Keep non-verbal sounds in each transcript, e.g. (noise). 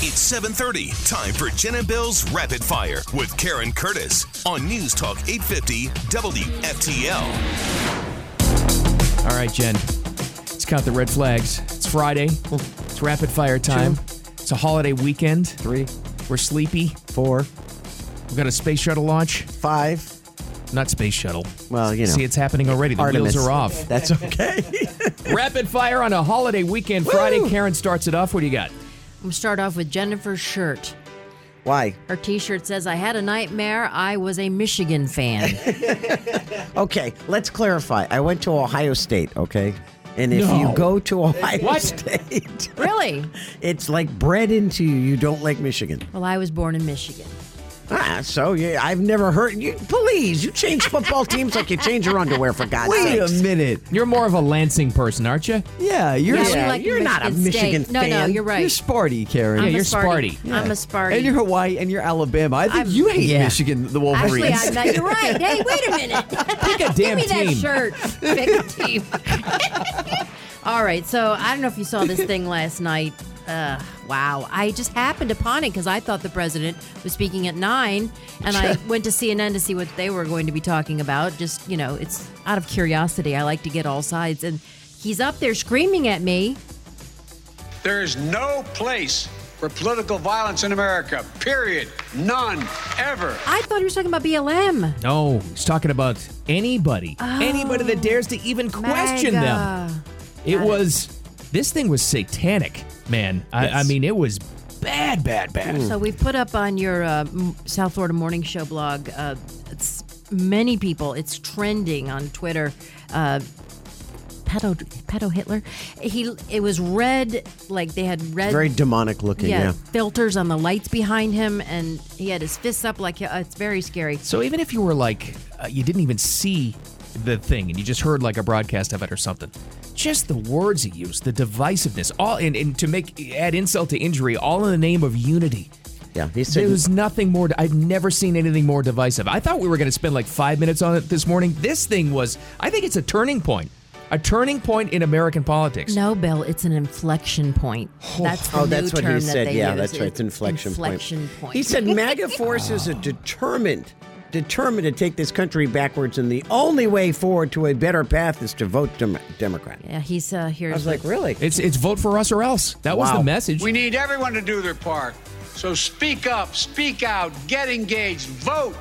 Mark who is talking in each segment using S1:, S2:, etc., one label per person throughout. S1: It's 7:30. Time for Jen and Bill's Rapid Fire with Karen Curtis on News Talk 850 WFTL.
S2: All right, Jen. Let's count the red flags. It's Friday. It's rapid fire time. It's a holiday weekend.
S3: Three,
S2: We're sleepy.
S3: four,
S2: We've got a space shuttle launch.
S3: five.
S2: Not space shuttle.
S3: Well, you know.
S2: See, it's happening already. The
S3: Artemis.
S2: wheels are
S3: (laughs)
S2: off.
S3: That's okay.
S2: Rapid fire on a holiday weekend. Friday. Karen starts it off. What do you got?
S4: I'm gonna start off with Jennifer's shirt.
S3: Why?
S4: Her T-shirt says, "I had a nightmare. I was a Michigan fan."
S3: Okay, let's clarify. I went to Ohio State, okay? And if
S2: No.
S3: you go to Ohio
S2: What?
S3: State, (laughs)
S4: really?
S3: it's like bred into you. You don't like Michigan.
S4: Well, I was born in Michigan.
S3: Ah, so yeah, I've never heard you. Please, you change football teams like you change your underwear for God's
S5: Wait
S3: sake.
S5: a minute.
S2: You're more of a Lansing person, aren't you?
S5: Yeah, you're
S4: Yeah, we
S3: Yeah,
S4: like
S3: you're not a
S4: State.
S3: Michigan
S4: no, No,
S3: fan.
S4: you're right.
S5: you're Sparty, Karen.
S4: I'm
S2: Yeah,
S4: a
S2: you're
S4: Sparty.
S2: Sparty.
S4: I'm a Sparty.
S5: and you're Hawaii and you're Alabama. I think
S4: I'm-
S5: you hate
S3: Yeah.
S5: Michigan, the Wolverines.
S4: Actually, I bet you're right. Hey,
S2: (laughs)
S4: wait a minute.
S2: Pick a
S4: Give
S2: damn
S4: me that
S2: team.
S4: shirt. Pick a team. (laughs) All right. So I don't know if you saw this thing last night. Uh, wow. I just happened upon it because I thought the president was speaking at nine, and I went to CNN to see what they were going to be talking about. Just you know, it's out of curiosity. I like to get all sides, and he's up there screaming at me.
S6: There is no place for political violence in America, period. None, ever.
S4: I thought he was talking about BLM.
S2: No, he's talking about anybody. anybody that dares to even question them.
S4: Mega.
S2: It was this thing was satanic, man. I, I mean, it was bad, bad, bad.
S3: Mm.
S4: So we put up on your uh, m- South Florida Morning Show blog. Uh, it's many people. It's trending on Twitter. Uh, pedo, pedo Hitler. He. It was red. Like they had red.
S3: Very demonic looking, yeah.
S4: yeah, filters on the lights behind him, and he had his fists up. Like uh, it's very scary.
S2: So even if you were like, uh, you didn't even see the thing, and you just heard like a broadcast of it or something, just the words he used, the divisiveness, all, and, and to make add insult to injury, all in the name of unity.
S3: Yeah, he said
S2: There was nothing more. I've never seen anything more divisive. I thought we were going to spend like five minutes on it this morning. This thing was. I think it's a turning point, a turning point in American politics.
S4: No, Bill, it's an inflection point. That's the
S3: Oh,
S4: new
S3: that's what
S4: term
S3: he
S4: that
S3: said.
S4: they
S3: Yeah,
S4: use.
S3: that's right. It's inflection,
S4: inflection point.
S3: He said MAGA forces are determined, determined to take this country backwards, and the only way forward to a better path is to vote dem- Democrat.
S4: Yeah, he's uh, here.
S3: I was like, really?
S2: It's it's vote for us or else. That was the
S3: Wow.
S2: message.
S6: We need everyone to do their part. So speak up, speak out, get engaged, vote,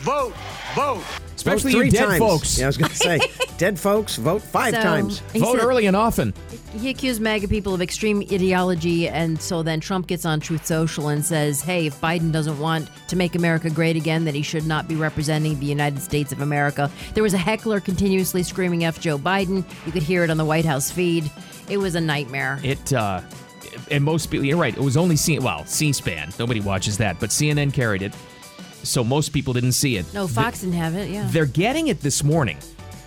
S6: vote, vote.
S2: Especially
S3: Vote
S2: you
S3: three
S2: dead
S3: times.
S2: folks.
S3: Yeah, I was
S4: (laughs)
S3: going to say, dead folks vote five
S4: So-
S3: times.
S4: He
S2: Vote
S4: said-
S2: early and often.
S4: He accused MAGA people of extreme ideology, and so then Trump gets on Truth Social and says, hey, if Biden doesn't want to make America great again, then he should not be representing the United States of America. There was a heckler continuously screaming F Joe Biden. You could hear it on the White House feed. It was a nightmare.
S2: It uh and most people you're right, it was only C well, C-SPAN. Nobody watches that, but CNN carried it. So most people didn't see it.
S4: no, Fox didn't have it, yeah.
S2: They're getting it this morning.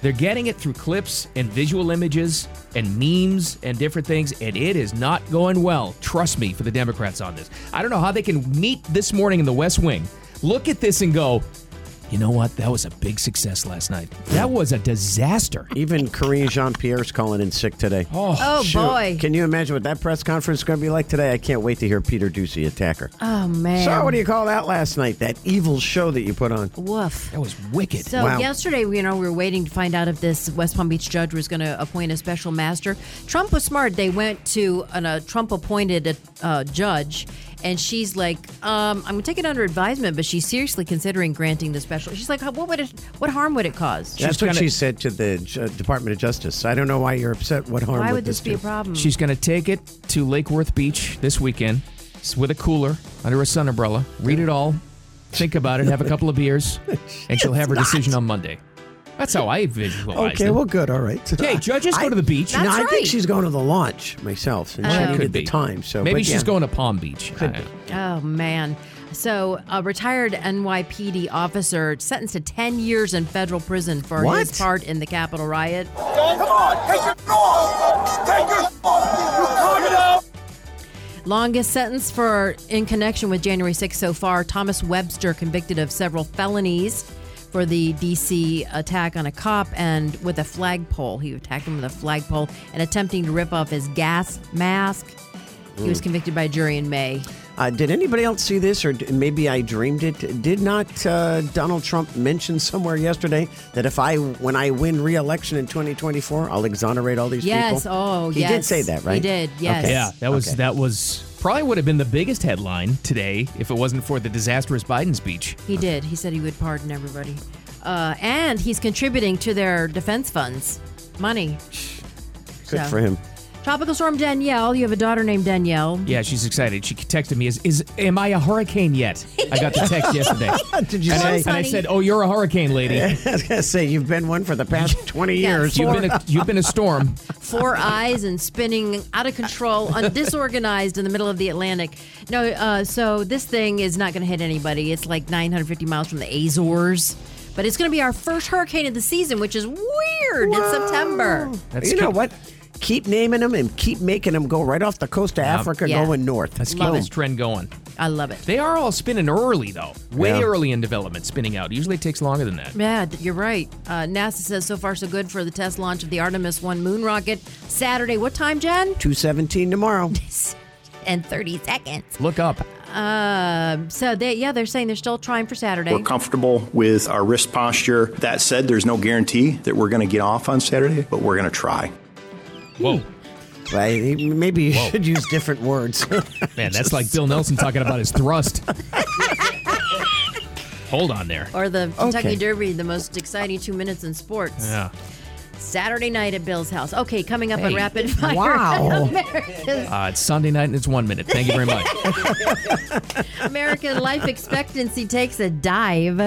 S2: They're getting it through clips and visual images and memes and different things, and it is not going well. Trust me for the Democrats on this. I don't know how they can meet this morning in the West Wing, look at this and go, you know what? That was a big success last night. That was a disaster.
S3: Even Karine Jean Pierre's calling in sick today.
S4: Oh, boy.
S3: Can you imagine what that press conference is going to be like today? I can't wait to hear Peter Ducey attack her.
S4: oh, man.
S3: so, what do you call that last night? That evil show that you put on?
S4: Woof.
S2: That was wicked.
S4: So
S3: Wow.
S4: yesterday, you know, we were waiting to find out if this West Palm Beach judge was going to appoint a special master. Trump was smart. They went to an, a Trump-appointed uh, judge, and she's like, um, "I'm going to take it under advisement," but she's seriously considering granting the special. She's like, "What would it? What harm would it cause?
S3: That's what
S2: gonna-
S3: she said to the Ju- Department of Justice. I don't know why you're upset. What harm
S4: Why
S3: would
S4: would this be a
S3: do?
S4: problem?"
S2: She's going to take it to Lake Worth Beach this weekend s- with a cooler under a sun umbrella. Read it all, think about it, have a couple of
S3: (laughs)
S2: beers, and she'll have her decision on Monday. That's how I visualize
S3: Okay,
S2: it.
S3: well, good. All right.
S2: Okay, judges go to the beach.
S3: no, I
S4: That's right.
S3: think she's going to the launch myself, and she
S2: Well, it
S3: needed
S2: could
S3: the
S2: be.
S3: time. So
S2: Maybe
S3: but
S2: she's
S3: yeah.
S2: going to Palm Beach. I-
S4: Oh man. So, a retired NYPD officer sentenced to 10 years in federal prison for
S3: What?
S4: his part in the Capitol riot. Longest sentence for in connection with January 6th so far. Thomas Webster convicted of several felonies for the DC attack on a cop and with a flagpole. He attacked him with a flagpole and attempting to rip off his gas mask. He was convicted by a jury in May.
S3: Uh, did anybody else see this, or d- maybe I dreamed it? Did not uh, Donald Trump mention somewhere yesterday that if I, when I win re-election in 2024, I'll exonerate all these
S4: Yes,
S3: people?
S4: oh,
S3: he did
S4: yes.
S3: say that,
S4: He
S3: right?
S4: did, yes.
S3: Okay.
S2: Yeah, that was
S3: Okay.
S2: that was probably would have been the biggest headline today if it wasn't for the disastrous Biden speech.
S4: He did. He said he would pardon everybody. Uh, and he's contributing to their defense funds money.
S3: Good
S4: So.
S3: for him. (laughs)
S4: Tropical storm Danielle. You have a daughter named Danielle.
S2: Yeah, she's excited. She texted me, "Is is am I a hurricane yet?" I got the
S3: (laughs)
S2: text yesterday,
S3: Did you
S2: and, I,
S3: say?
S2: and I said, "Oh, you're a hurricane, lady.
S3: I was gonna say you've been one for the
S4: (laughs)
S3: past 20
S4: Yeah,
S3: years.
S2: You've been a, you've been a storm."
S4: Four eyes and spinning out of control, un- disorganized in the middle of the Atlantic. No, uh, so this thing is not going to hit anybody. It's like 950 miles from the Azores. But it's going to be our first hurricane of the season, which is weird. It's September.
S2: That's
S3: you know
S2: keep-
S3: what? Keep naming them and keep making them go right off the coast of Africa,
S4: Yeah.
S3: going north.
S2: Let's keep
S4: Love
S2: this
S4: it.
S2: trend going.
S4: I love it.
S2: They are all spinning early though, way
S3: Yeah.
S2: early in development, spinning out. Usually it takes longer than that.
S4: Yeah, th- you're right. Uh, NASA says so far so good for the test launch of the Artemis 1 moon rocket Saturday. What time, Jen?
S3: 217 tomorrow.
S4: And 30 seconds.
S2: Look up.
S4: So they, yeah, they're saying they're still trying for Saturday.
S7: We're comfortable with our wrist posture. That said, there's no guarantee that we're going to get off on Saturday, but we're going to try.
S2: Whoa,
S3: Well, maybe you should use different words.
S2: man, that's like Bill Nelson talking about his thrust. Hold on there.
S4: Or the Kentucky
S3: Okay.
S4: Derby, the most exciting two minutes in sports.
S2: Yeah.
S4: Saturday night at Bill's house. Okay, coming up on
S2: Hey.
S4: Rapid Fire.
S3: Wow.
S4: (laughs) America's,
S2: Uh, it's Sunday night and it's one minute. Thank you very much.
S4: American life expectancy takes a dive.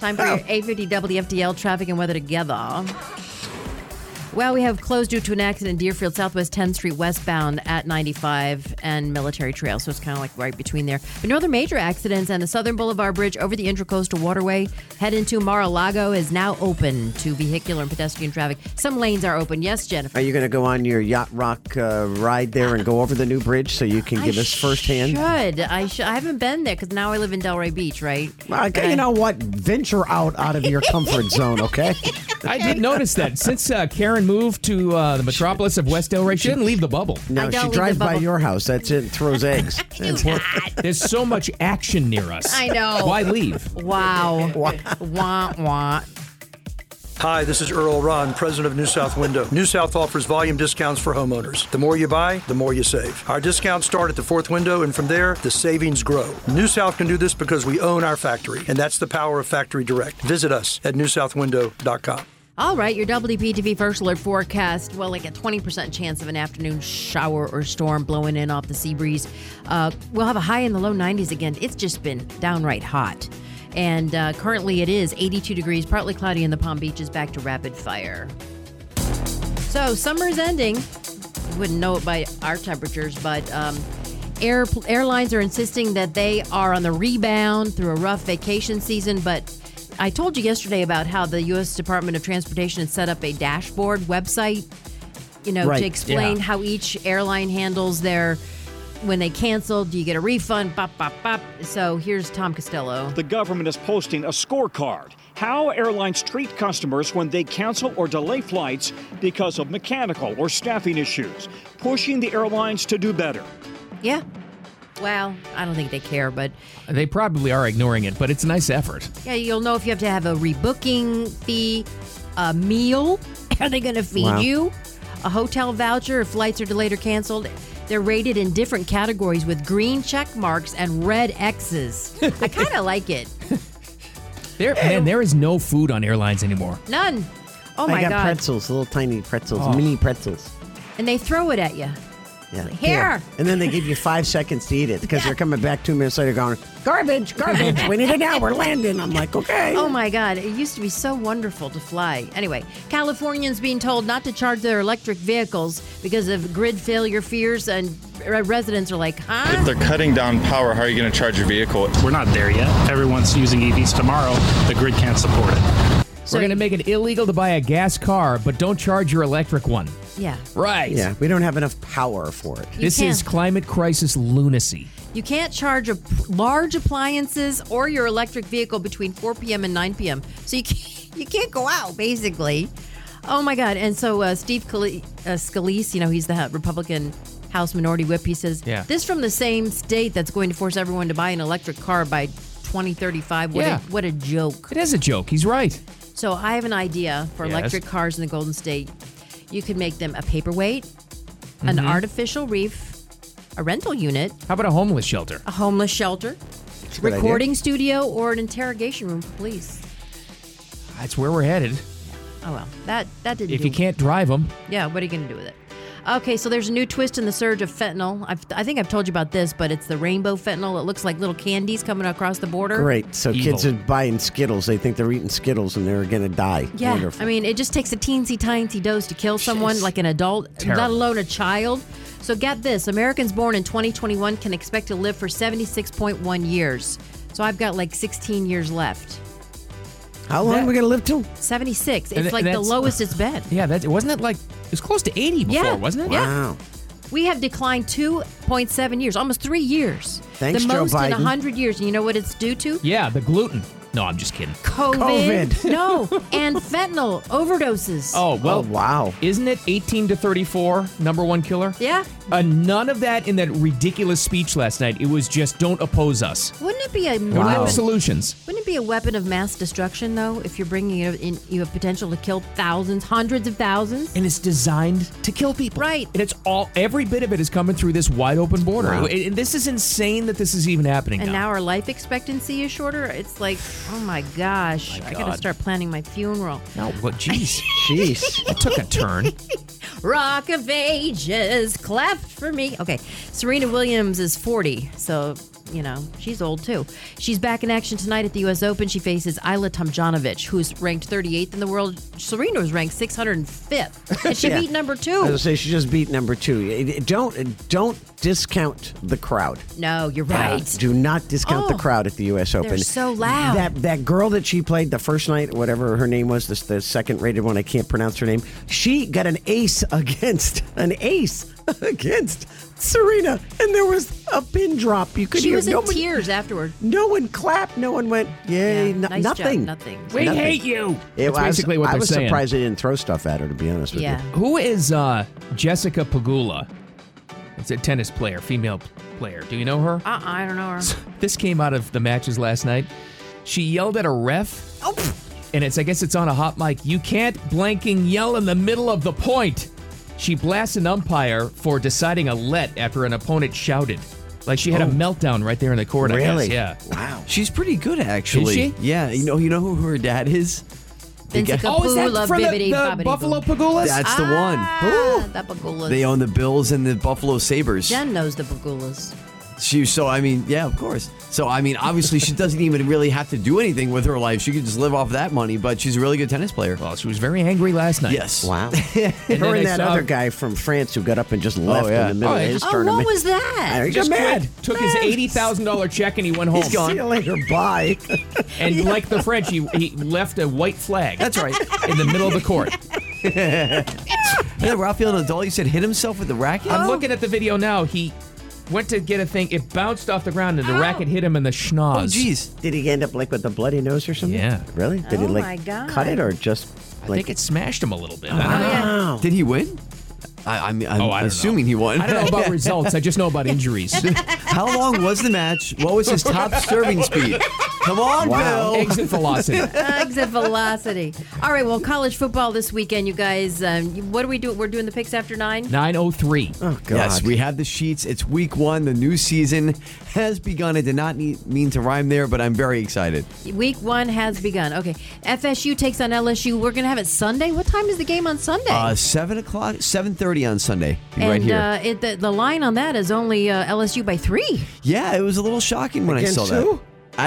S4: Time for your 850 WFDL traffic and weather together. Well, we have closed due to an accident in Deerfield, Southwest 10th Street, westbound at 95 and Military Trail. So it's kind of like right between there. But no other major accidents, and the Southern Boulevard Bridge over the Intracoastal Waterway, head into Mar a Lago, is now open to vehicular and pedestrian traffic. Some lanes are open. Yes, Jennifer.
S3: Are you going to go on your yacht rock uh, ride there and go over the new bridge so you can give us firsthand?
S4: Should I? Should I haven't been there because now I live in Delray Beach, right?
S3: Uh, you know what? Venture out out of your comfort zone,
S4: (laughs)
S3: okay?
S2: I did notice that since uh, Karen moved to uh, the metropolis of West Delray, she didn't leave the bubble.
S3: No,
S4: don't
S3: she
S4: leave the
S3: drives by
S4: bubble. Oh
S3: your house. That's it. Throws
S4: (laughs)
S3: eggs. That's it.
S2: There's so much action near us.
S4: I know.
S2: Why leave?
S4: Wow. wah wah.
S8: Hi, this is Earl Ron, president of New South Window. New South offers volume discounts for homeowners. The more you buy, the more you save. Our discounts start at the fourth window, and from there, the savings grow. New South can do this because we own our factory, and that's the power of Factory Direct. Visit us at newsouthwindow.com.
S4: All right, your WPTV first alert forecast. Well, like a 20% chance of an afternoon shower or storm blowing in off the sea breeze. Uh, we'll have a high in the low 90s again. It's just been downright hot. And uh, currently it is 82 degrees, partly cloudy in the Palm Beaches, back to rapid fire. So summer's ending. You wouldn't know it by our temperatures, but um, air, airlines are insisting that they are on the rebound through a rough vacation season. But I told you yesterday about how the U.S. Department of Transportation has set up a dashboard website, you know,
S3: Right,
S4: to explain
S2: yeah.
S4: how each airline handles their. When they cancel, do you get a refund? Bop, bop, bop. So here's Tom Costello.
S9: The government is posting a scorecard how airlines treat customers when they cancel or delay flights because of mechanical or staffing issues, pushing the airlines to do better.
S4: Yeah. Well, I don't think they care, but
S2: They probably are ignoring it, but it's a nice effort.
S4: Yeah, you'll know if you have to have a rebooking fee, a meal. (laughs) Are they going to feed
S3: Wow.
S4: you? A hotel voucher if flights are delayed or canceled. They're rated in different categories with green check marks and red
S3: (laughs)
S4: X's. I kind of like it.
S2: There, man, there is no food on airlines anymore.
S4: None. Oh
S3: I
S4: my
S3: got
S4: God.
S3: pretzels, little tiny pretzels, mini pretzels.
S4: And they throw it at
S3: (laughs)
S4: you.
S3: Yeah.
S4: Here.
S3: And then they give you five seconds to eat it because they're coming back two minutes later going, garbage, garbage. we need it now.
S4: (laughs)
S3: We're landing. I'm like, okay.
S4: Oh my God, it used to be so wonderful to fly. Anyway, Californians being told not to charge their electric vehicles because of grid failure fears, and re- residents are like, huh?
S10: If they're cutting down power, how are you going to charge your vehicle? We're not there yet. Everyone's using EVs tomorrow. The grid can't support it.
S2: We're going to make it illegal to buy a gas car, but don't charge your electric one.
S4: yeah.
S2: Right.
S3: Yeah, we don't have enough power for it.
S2: This
S4: You
S2: is
S4: can't.
S2: climate crisis lunacy.
S4: You can't charge a, large appliances or your electric vehicle between 4 p.m. and 9 p.m. So you can't, (laughs) you can't go out, basically. Oh my God! And so uh, Steve Scalise, uh, Scalise, you know, he's the Republican House Minority Whip. He says,
S2: Yeah.
S4: This from the same state that's going to force everyone to buy an electric car by 2035. What,
S2: Yeah.
S4: a, what a joke.
S2: It is a joke. He's right.
S4: So I have an idea for
S2: Yes.
S4: electric cars in the Golden State. You could make them a paperweight, an
S2: Mhm.
S4: artificial reef, a rental unit,
S2: How about a homeless shelter?
S4: a homeless shelter,
S2: a good idea.
S4: recording studio, or an interrogation room for police.
S2: That's where we're headed.
S4: Oh well, that that didn't.
S2: If
S4: do
S2: you can't drive them,
S4: Yeah, what are you going to do with it? Okay, so there's a new twist in the surge of fentanyl. I've, I think I've told you about this, but it's the rainbow fentanyl. It looks like little candies coming across the border.
S3: Great. So kids are buying Skittles. They think they're eating Skittles and they're going to die.
S4: Yeah,
S3: Wonderful.
S4: I mean, it just takes a teensy tiny dose to kill someone,
S3: Jeez.
S4: like an adult, let
S3: Terrible.
S4: alone a child. So get this: Americans born in 2021 can expect to live for 76.1 years. So I've got like 16 years left.
S3: How long are we going to live till?
S4: 76. It's
S2: And th-
S4: like the
S2: that's-
S4: lowest it's been.
S2: yeah, that wasn't it like it was close to eighty before,
S4: Yeah.
S2: wasn't it?
S4: Yeah. Wow.
S3: Oh.
S4: We have declined 2.7 years, almost three years.
S2: Thanks,
S4: the
S2: Joe
S4: most in
S2: Biden.
S4: 100 years. And you know what it's due to?
S2: Yeah, the gluten. No, I'm just kidding.
S4: COVID. (laughs) no, and fentanyl overdoses.
S2: Oh well, wow! Isn't it 18 to 34 number one killer?
S4: Yeah.
S2: Uh, none of that in that ridiculous speech last night. It was just don't oppose us.
S4: Wouldn't it be a
S2: No
S4: weapon-
S2: solutions.
S4: Wouldn't it be a weapon of mass destruction though? If you're bringing it in, you have potential to kill thousands, hundreds of thousands,
S2: and it's designed to kill people.
S4: Right.
S2: And it's all every bit of it is coming through this wide open border.
S4: Wow.
S2: And this is insane that this is even happening.
S4: And
S2: now.
S4: now our life expectancy is shorter. It's like, oh my gosh, I gotta
S2: God.
S4: start planning my funeral.
S2: No, well,
S4: (laughs)
S2: jeez, jeez, it took a turn.
S4: Rock of Ages, clap for me. Okay, Serena Williams is 40, so you know she's old too. She's back in action tonight at the U.S. Open. She faces Isla Tomjanovic, who's ranked 38th in the world. Serena was ranked 605th, and she
S3: Yeah.
S4: beat number two.
S3: I was gonna say she just beat number two. It- it- Don't don't discount the crowd.
S4: No, you're right.
S3: Do not discount
S4: Oh.
S3: the crowd at the U.S.
S4: They're
S3: Open.
S4: so loud.
S3: That that girl that she played the first night, whatever her name was, this the second rated one. I can't pronounce her name. She got an ace (laughs) against an ace (laughs) against Serena, and there was a pin drop. You could
S4: She
S3: hear
S4: was in
S3: nobody-
S4: tears afterward.
S3: No one clapped. No one went. Yay! no-
S4: nice job,
S3: nothing.
S4: nothing. We hate you.
S3: It
S2: That's
S3: was,
S2: basically what
S3: I
S2: they're
S3: was
S2: saying.
S3: surprised they didn't throw stuff at her. To be honest with
S4: Yeah.
S3: you.
S2: Who is uh, Jessica Pagula? It's a tennis player, female player. Do you know her?
S4: Uh, I don't know her.
S2: This came out of the matches last night. She yelled at a ref. Oh. And it's I guess it's on a hot mic. You can't blanking yell in the middle of the point. She blasts an umpire for deciding a let after an opponent shouted. Like she had
S5: Oh.
S2: a meltdown right there in the court. I
S5: Really?
S2: guess. Yeah. Wow.
S5: She's pretty good, actually.
S2: she?
S5: Yeah. You know, you know who her dad is? The
S4: Vince
S5: guy-
S2: Oh,
S4: Capula, bibbidi, bobbidi, boo.
S5: That's the one.
S4: Ah, the Pagulas.
S5: They own the Bills and the Buffalo Sabers.
S4: Jen knows the Pagulas.
S5: She so I mean yeah of course so I mean obviously she doesn't even really have to do anything with her life she could just live off that money but she's a really good tennis player.
S2: Well, she was very angry last night.
S5: Yes.
S3: Wow.
S2: And
S3: Her
S2: then
S3: (laughs) and
S2: I
S3: that
S2: saw-
S3: other guy from France who got up and just left
S5: yeah.
S3: in the middle
S2: Oh,
S3: of
S2: yeah.
S3: his
S2: Oh, what
S3: tournament.
S4: was that?
S3: I got mad.
S2: Took his eighty thousand dollar check and he went home.
S3: He's gone. See you later. Bye.
S2: And like the French, he, he left a white flag. That's
S5: right
S2: in the middle of the court.
S5: yeah, Rafael Nadal you said hit himself with the racket.
S4: Oh.
S5: Oh,
S2: I'm looking at the video now. He went to get a thing. It bounced off the ground
S4: Oh.
S2: and the racket hit him in the schnoz.
S3: (laughs) Did he end up like with a bloody nose or something?
S2: Yeah.
S3: Really? Did he
S4: Oh,
S3: like
S4: my God.
S3: cut it or just
S2: I
S3: like
S2: think it smashed him a little
S4: Uh-huh.
S2: bit.
S5: I
S4: Oh,
S2: I
S5: don't
S2: don't know.
S5: know. Did he win? I, I'm,
S2: Oh,
S5: I'm
S2: I don't know.
S5: assuming he won.
S2: I don't know
S4: (laughs)
S2: about results. I just know about injuries.
S4: Oh.
S5: How long was the match? What was
S2: (laughs)
S5: his top serving speed? Come on,
S2: Wow.
S5: Bill.
S2: Exit velocity.
S4: Exit velocity. All right, well, college football this weekend, you guys. Um, what do we do? We're doing the picks after nine.
S2: 903.
S3: Oh, God.
S5: Yes, we have the sheets. It's week one. The new season has begun. I did not need, mean to rhyme there, but I'm very excited.
S4: Week one has begun. Okay, FSU takes on LSU. We're gonna have it Sunday. What time is the game on Sunday?
S5: Uh, seven o'clock, seven thirty on Sunday, Be
S4: and
S5: right here.
S4: Uh, it, the, the line on that is only uh, LSU by three.
S5: yeah, it was a little shocking when
S3: Against
S5: I saw
S3: who?
S5: that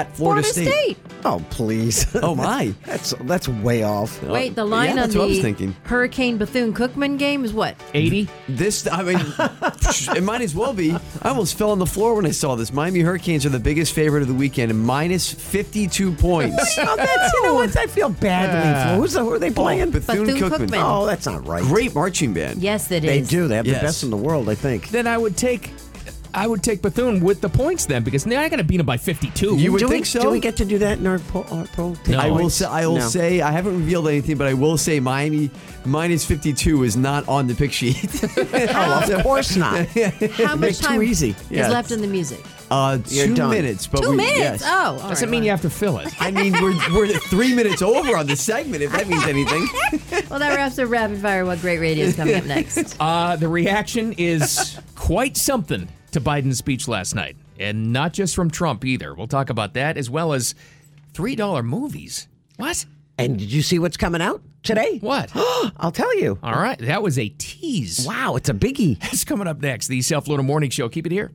S5: at Florida,
S4: State.
S3: Oh please.
S5: (laughs) Oh my!
S3: that's that's way off.
S4: Wait, the
S5: yeah,
S4: line on
S5: that's
S4: the
S5: what I was thinking.
S4: Hurricane Bethune Cookman game is what?
S2: 80.
S5: This, I mean, it might as well be. I almost fell on the floor when I saw this. Miami Hurricanes are the biggest favorite of the weekend, and minus fifty-two points.
S3: oh, that's you know what? I feel badly
S5: Yeah.
S3: for. Who's the, who are they playing?
S5: Oh, Bethune Cookman.
S4: Bethune-Cookman.
S3: Oh, that's not right.
S5: Great marching band.
S4: Yes, it is.
S3: They do. They have
S5: Yes.
S3: the best in the world, I think.
S2: Then I would take I would take Bethune with the points then because now I got to beat him by 52.
S3: do we, Do we get to do that in our uh, poll? Our poll take
S5: I will
S3: points?
S5: say I will
S3: No.
S5: say I haven't revealed anything, but I will say Miami minus fifty two is not on the pick sheet.
S3: (laughs) Oh, of course not.
S4: How much
S3: Make
S4: time
S3: too easy.
S4: is
S5: Yeah.
S4: left in the music?
S5: Uh,
S3: You're
S5: two
S3: done.
S5: minutes, but
S4: Two
S5: we,
S4: minutes.
S5: Yes.
S4: Oh, all
S2: Doesn't
S4: right,
S2: mean you have to fill it.
S5: I mean, we're, we're three minutes over on this segment, if that means anything.
S4: fine. Well, that wraps up rapid fire. What great radio is
S5: (laughs)
S4: coming up next?
S2: Uh, the reaction is (laughs) quite something to Biden's speech last night, and not just from Trump either. We'll talk about that as well as $3 movies. What?
S3: (laughs) And did you see what's coming out today?
S2: What?
S4: (gasps)
S2: (gasps)
S3: I'll tell you.
S2: All right, that was a tease.
S3: Wow, it's a biggie.
S2: That's coming up next. The South Florida Morning Show. Keep it here.